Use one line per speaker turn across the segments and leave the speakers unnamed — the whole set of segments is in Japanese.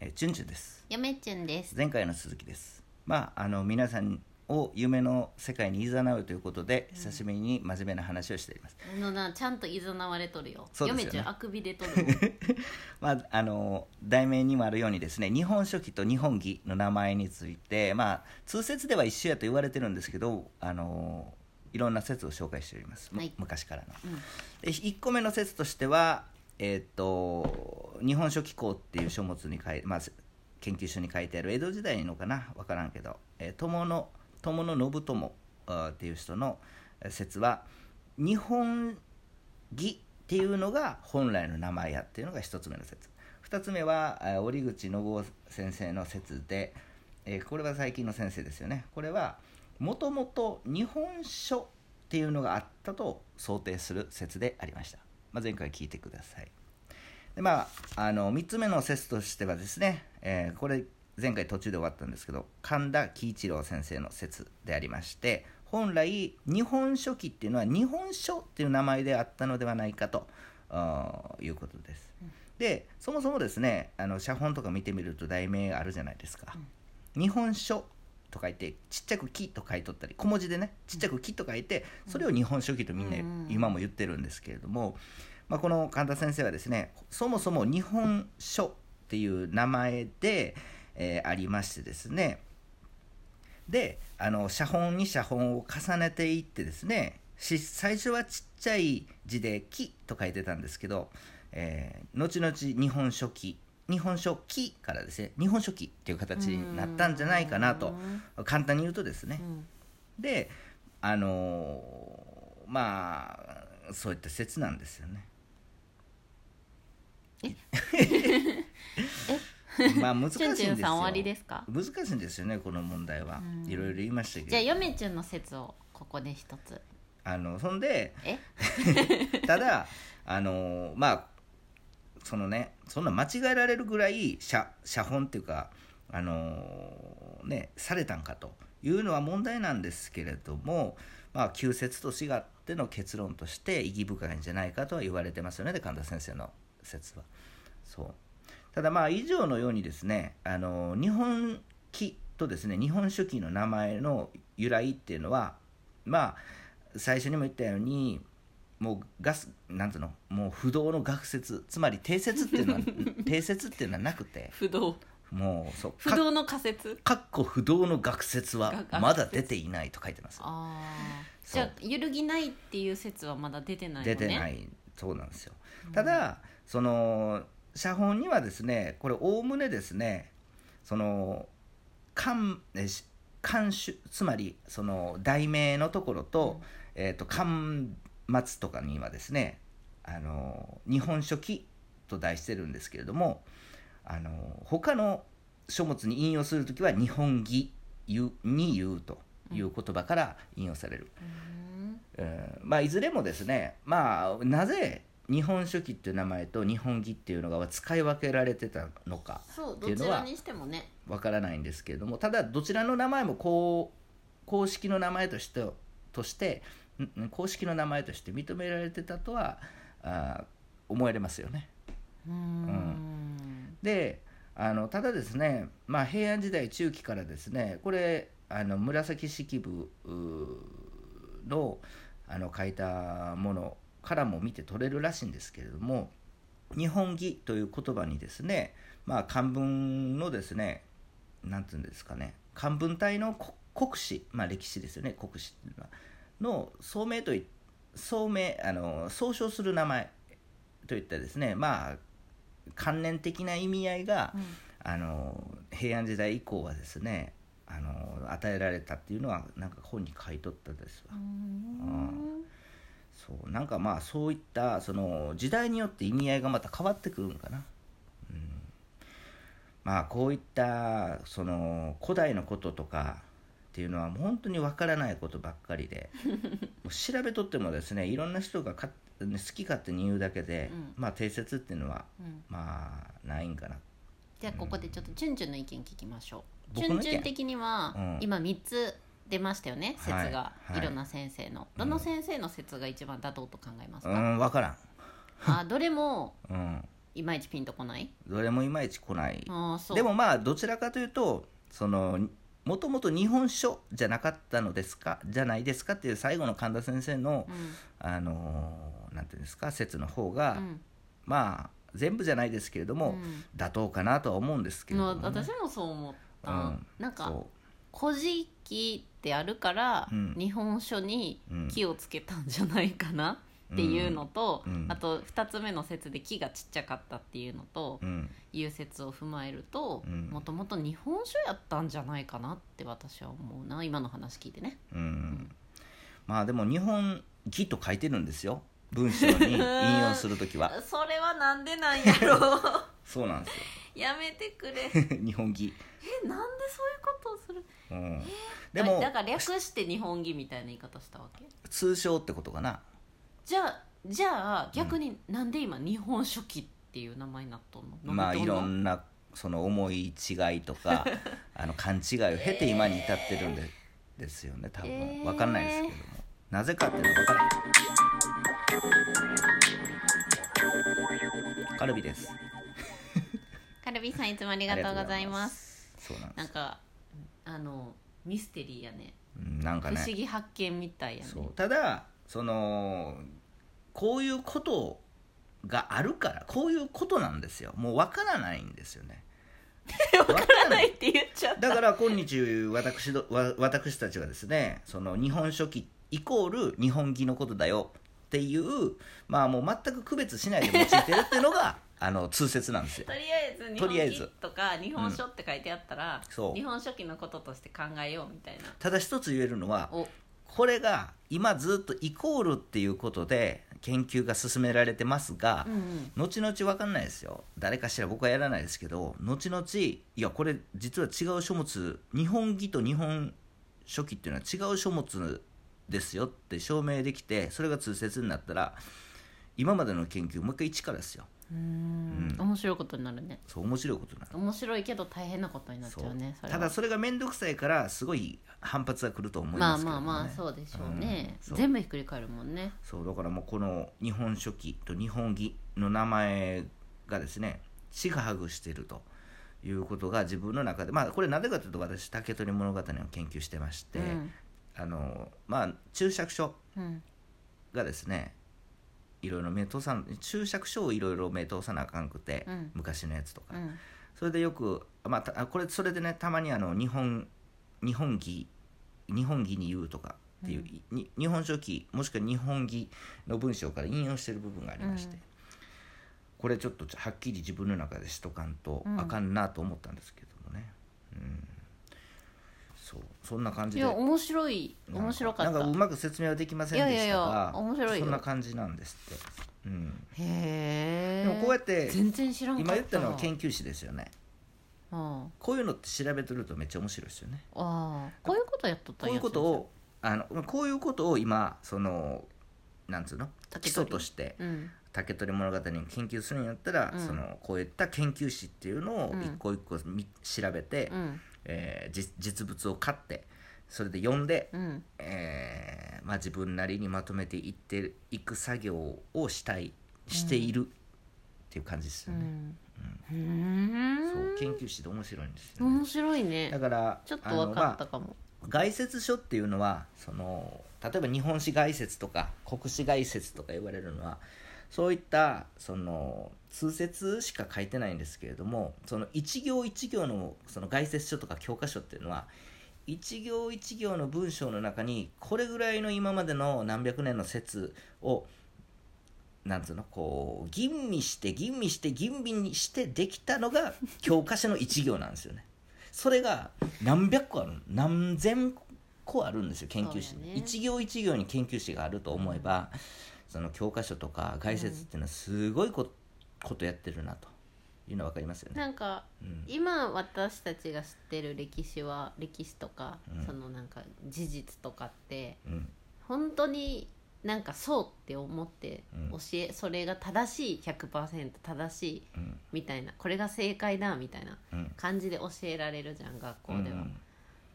えー、チュンチュンです
やめちゅんです。
前回の鈴木ですまああの皆さんを夢の世界に誘うということで、久しぶりに真面目な話をしています
のなちゃんといざなわれとるよ。
そう
や
です
め
よ
ち
ね
ゅんあくびでとる。
まああの題名にもあるようにですね「日本書紀」と「日本紀」の名前についてまあ通説では一緒やと言われてるんですけどあのいろんな説を紹介しております、む
はい
昔からの
うん
で1個目の説としては「えーっと日本書紀行」っていう書物に書い、まあ、研究所に書いてある江戸時代のかな分からんけど、えー友の友の信友あーっていう人のえー説は「日本義」っていうのが本来の名前やっていうのが1つ目の説2つ目はえー折口信夫先生の説で、えーこれは最近の先生ですよねこれはもともと日本書っていうのがあったと想定する説でありました、まあ、前回聞いてくださいでまああの3つ目の説としてはですね、えーこれ前回途中で終わったんですけど神田喜一郎先生の説でありまして本来「日本書紀」っていうのは「日本書」っていう名前であったのではないかとあーいうことですでそもそもですねあの写本とか見てみると題名あるじゃないですか「日本書」と書いてちっちゃく「木」と書いとったり小文字でねちっちゃく「木」と書いてそれを「日本書紀」とみんな
うん
今も言ってるんですけれども、まあ、この神田先生はですねそもそも「日本書」っていう名前で、えーありましてですねであの写本に写本を重ねていってですねし最初はちっちゃい字で「木」と書いてたんですけど、えー後々「日本書紀」日本書紀からですね日本書紀っていう形になったんじゃないかなと簡単に言うとですね
うん
であのーまあそういった説なんですよね。 まあ難しい
ちゅ
ん
ん
です
ちゅ
よ
んさん終わりですか。
難しいんですよねこの問題は
うん
いろいろ言いましたけど
じゃあやめちゅんの説をここで一つ。
あのそんで
え？
ただ あのまあそのねそんな間違えられるぐらい写写本っていうかあのねされたんかというのは問題なんですけれどもまあ旧説と違っての結論として意義深いんじゃないかとは言われてますよねで神田先生の説は。そうただまあ以上のようにですねあの日本記とですね日本書紀の名前の由来っていうのはまあ最初にも言ったようにもうガスなんつうのもう不動の学説つまり定説っていうのは 定説っていうのはなくて
不動
もうそう
不動の仮説。
かかっこ不動の学説は
が
まだ出ていないと書いてます
ああ。
そ
じ
う
ゃあ揺るぎないっていう説はまだ出てないのね。
出てない、そうなんですよただその写本にはですねこれおおむねですねその漢えし漢種つまりその題名のところと,、えー、と漢末とかにはですね「あの日本書紀」と題してるんですけれどもあの他の書物に引用するときは「日本義」ゆに言うという言葉から引用される。
うん。
えーまあ、いずれもですね、まあ、なぜ日本書紀っていう名前と日本義っていうのが使い分けられてたのか
そう
ってい
ど
うの
ち
は
らにしてもね。
わからないんですけれどもただどちらの名前もこう公式の名前としてとしてんん公式の名前として認められてたとはあー思われますよね。
うーん。
であのただですね、まあ、平安時代中期からですねこれあの紫式部うーのあの書いたものからも見て取れるらしいんですけれども「日本義」という言葉にですね、まあ、漢文のですねなんていうんですかね漢文体のこ国史、まあ、歴史ですよね国史っていうのはの総名とい総名あの総称する名前といったですねまあ関連的な意味合いが、
うん
あの平安時代以降はですねあの与えられたっていうのはなんか本に書いとったですわ
うーん
そうなんかまあそういったその時代によって意味合いがまた変わってくるんかな、うん、まあこういったその古代のこととかっていうのはもう本当にわからないことばっかり でもう調べとってもですねいろんな人がか好き勝手に言うだけで、
うん
まあ定説っていうのは
うん。
まあないんかな
じゃあここでちょっとチュンチュンの意見聞きましょう。チ
僕
ュ
の意
ン
見
チュン的には、
うん
今3つ出ましたよね説が、
はい
い
はい
ろんな先生のどの先生の説が一番妥当と考えます
う
か、
ん分からん
あどれも
うん
いまいちピンとこない
どれもいまいち来ない
ああそう
でもまあどちらかというとそのもともと日本書じゃなかったのですかじゃないですかっていう最後の神田先生の、あのーなんていうんですか説の方が、
うん、うん
まあ全部じゃないですけれども、
うん
妥当かなとは思うんですけれども
の
ね、
私もそう思った、
うん
なんか
そ
「古事記」ってあるから、
うん
日本書に
うん
木をつけたんじゃないかなっていうのと、
うんうん
あと2つ目の説で木がちっちゃかったっていうのと、
う、うん、
いう説を踏まえると
うん
もともと日本書やったんじゃないかなって私は思うな今の話聞いてね。
うんまあでも日本義と書いてるんですよ文章 に引用するときは
それはなんでなんやろう
そうなんですよ
やめて くれ
日本義、
えなんでそういうことをする
うん、でも
だだから略して日本義みたいな言い方したわけ
通称ってことかな
じゃあじゃあ逆になんで今日本書紀っていう名前になっとんの伸びとんの
まあいろんなその思い違いと かあの勘違いを経て今に至ってるんで,、ですよね多分、
えー
わかんないですけどもなぜかっていうのは分からないカルビです
カルビーさんいつもあり
あ
がとうございます
りがとうございますそうなんで
なん
す
かあのミステリーやね
うんなんか
不
ね
思議発見みたいやね
そうただそのこういうことがあるからこういうことなんですよもう分からないんですよ ね分から
ないって言っちゃった
だから今日私どわ私たちはですねその日本書紀イコール日本紀のことだよっていうまあもう全く区別しないで用いてるっていうのが あの通説なんですよ
とりあえず日
とりあえ
本
ず
記とか日本書って書いてあったら、
そう
日本書紀のこととして考えようみたいな
ただ一つ言えるのは
お
これが今ずっとイコールっていうことで研究が進められてますが
うん、うん
後々分かんないですよ誰かしら僕はやらないですけど後々いやこれ実は違う書物日本義と日本書紀っていうのは違う書物ですよって証明できてそれが通説になったら今までの研究もう一回一からですよ
うん面白いことになるね
そう面白いことになる
面白いけど大変なことになっちゃうね
そう
それは
ただそれが面倒くさいからすごい反発が来ると思い
ま
ま
あ
すけど、
ま
ね
あまあそうでしょうね、
うんそう
全部ひっくり返るもんね
そうだからもうこの「日本書紀」と「日本義」の名前がですねちがはぐしているということが自分の中でまあこれなぜかというと私竹取物語を研究してまして、
うん
あのまあ注釈書
うん
がですねいろいろ目通さん注釈書をいろいろ目通さなあかんくて、
うん
昔のやつとか、
うん
それでよく、まあた、あこれそれでねたまにあの日本日本義日本義に言うとかっていう、に日本書紀もしくは日本義の文章から引用してる部分がありまして、
うん
これちょっとはっきり自分の中でしとかんと
うん
あかんなと思ったんですけどもね、うん、そうそんな感
い
じで
や面白い
なん
面白かった
なんかうまく説明はできませんでし
いやいやい
た
や
が
面白いよ
そんな感じなんですって、うん、
へ
で
え
もこうやって
全然知らんかった
今言ったのは
究
研究史ですよね
あ
こういうのって調べてるとめっちゃ面白いですよね
あこういうことやっとった
こういうことをあのこういうことを今そのなんつうの基
竹取
礎として
うん
竹取物語に研究するんやったら、
うん
そのこういった研究史っていうのを
うん
一個一個み調べて、
うん
えーじ実物を買ってそれで読んで、
うん
えーまあ、自分なりにまとめていっていく作業をしたいしているっていう感じです
う
よね、
んうー
そう研究史って面白いんです
ん
よね、
面白いね
だから
ちょっ
あ
と
の
わかったかも
外説書っていうのはその例えば日本史外説とか国史外説とか言われるのはそういったその通説しか書いてないんですけれどもその一行一行のその外説書とか教科書っていうのは一行一行の文章の中にこれぐらいの今までの何百年の説をなんつうのこう吟味して吟味して吟味にしてできたのが 教科書の一行なんですよね。それが何百個ある何千個あるんですよ研究
そ
室
う
に、
だね
一行一行に研究室があると思えば、その教科書とか外説っていうのはすごいこ,、ことやってるなというのは分かりますよね。
なんか
うん
今私たちが知ってる歴史は歴史とか、
うん
そのなんか事実とかって
うん
本当になんかそうって思って
うん
教え、それが正しい100%正しい
うん
みたいなこれが正解だみたいな
うん
感じで教えられるじゃん学校では、
うん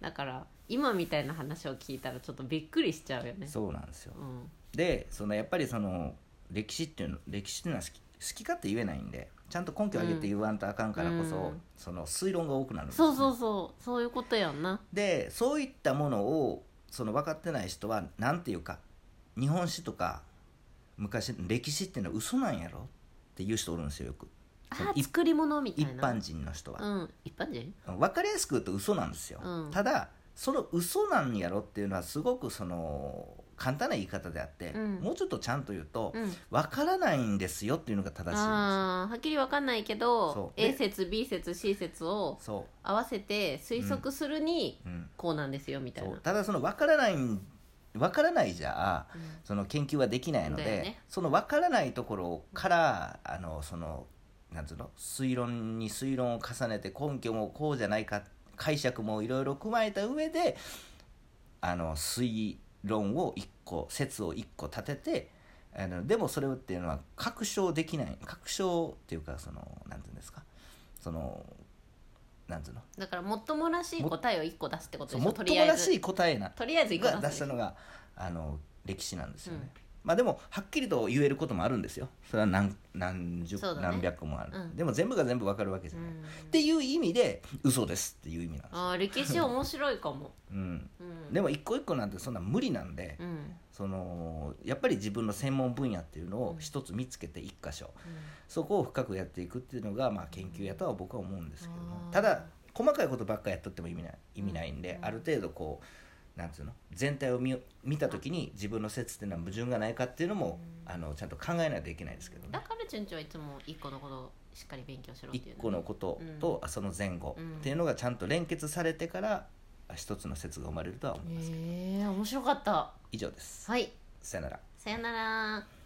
だから今みたいな話を聞いたらちょっとびっくりしちゃうよね
そうなんですよ
うん
でそのやっぱりその歴史っていうの歴史っていうのは好き好き勝手言えないんでちゃんと根拠を挙げて言わんとあかんからこそ、
うん
その推論が多くなるんです
そ
よね
うそうそうそういうことやんな
でそういったものをその分かってない人は何ていうか日本史とか昔の歴史っていうのは嘘なんやろっていう人おるんですよよく
あ
い
作り物みたい
一
な
般人の人は、
うん一般人
分かりやすく言うと嘘なんですよ、
うん
ただその嘘なんやろっていうのはすごくその簡単な言い方であって、
うん
もうちょっとちゃんと言うと、
うん
分からないんですよっていうのが正しいんで
あーはっきりわかんないけ
そ
ど
うで
A 説 B 説 C 説を
すよそ
合わせて推測するに
う,、うん、
こうなんですよみたい
そ
な、
うただその分からないん分からないじゃあ
うん
その研究はできないので、
だよね
その分からないところからあのそのなんつうの推論に推論を重ねて根拠もこうじゃないか解釈もいろいろ踏まえた上であの推論を一個説を一個立ててあのでもそれっていうのは確証できない確証っていうかそのなんていうんですかそのなんつうの
だからもっともらしい答えを一個出すってこと
そう
でし
も
ょ
っと
とり
も
あえ
らし
ず
い答えな
とりあえず一個
が
出
出
す
した
ね
のがあの歴史なんですよね、
うん
まあでもはっきりと言えることもあるんですよそれは何何十、
そうだね
何百個もある、
うん
でも全部が全部わかるわけじ
う
ゃない、っ
ん
ていう意味で嘘ですっていう意味なんですよ、
あー歴史面白いかも、
うん、
うん、
で
も、
も一個一個なんてそんな無理なんで、
うんうん
そのやっぱり自分の専門分野っていうのを一つ見つけて一箇所そこを深くやっていくっていうのが、まあ、研究やとは僕は思うんですけど
あ
も
ー
ただ細かいことばっかやっとっても意味ない意味ないんで、
うん
ある程度こうなんつうの全体を見見た時に自分の説っていうのは矛盾がないかっていうのも、
うん
あのちゃんと考えないといけないですけど
だ
ね。
から順調はいつも一個のことをしっかり勉強しろってい
一
う
個のことと、その前後っていうのがちゃんと連結されてから一つの説が生まれるとは思う
へえー、面白かった
以上です
はい
さよなら
さよなら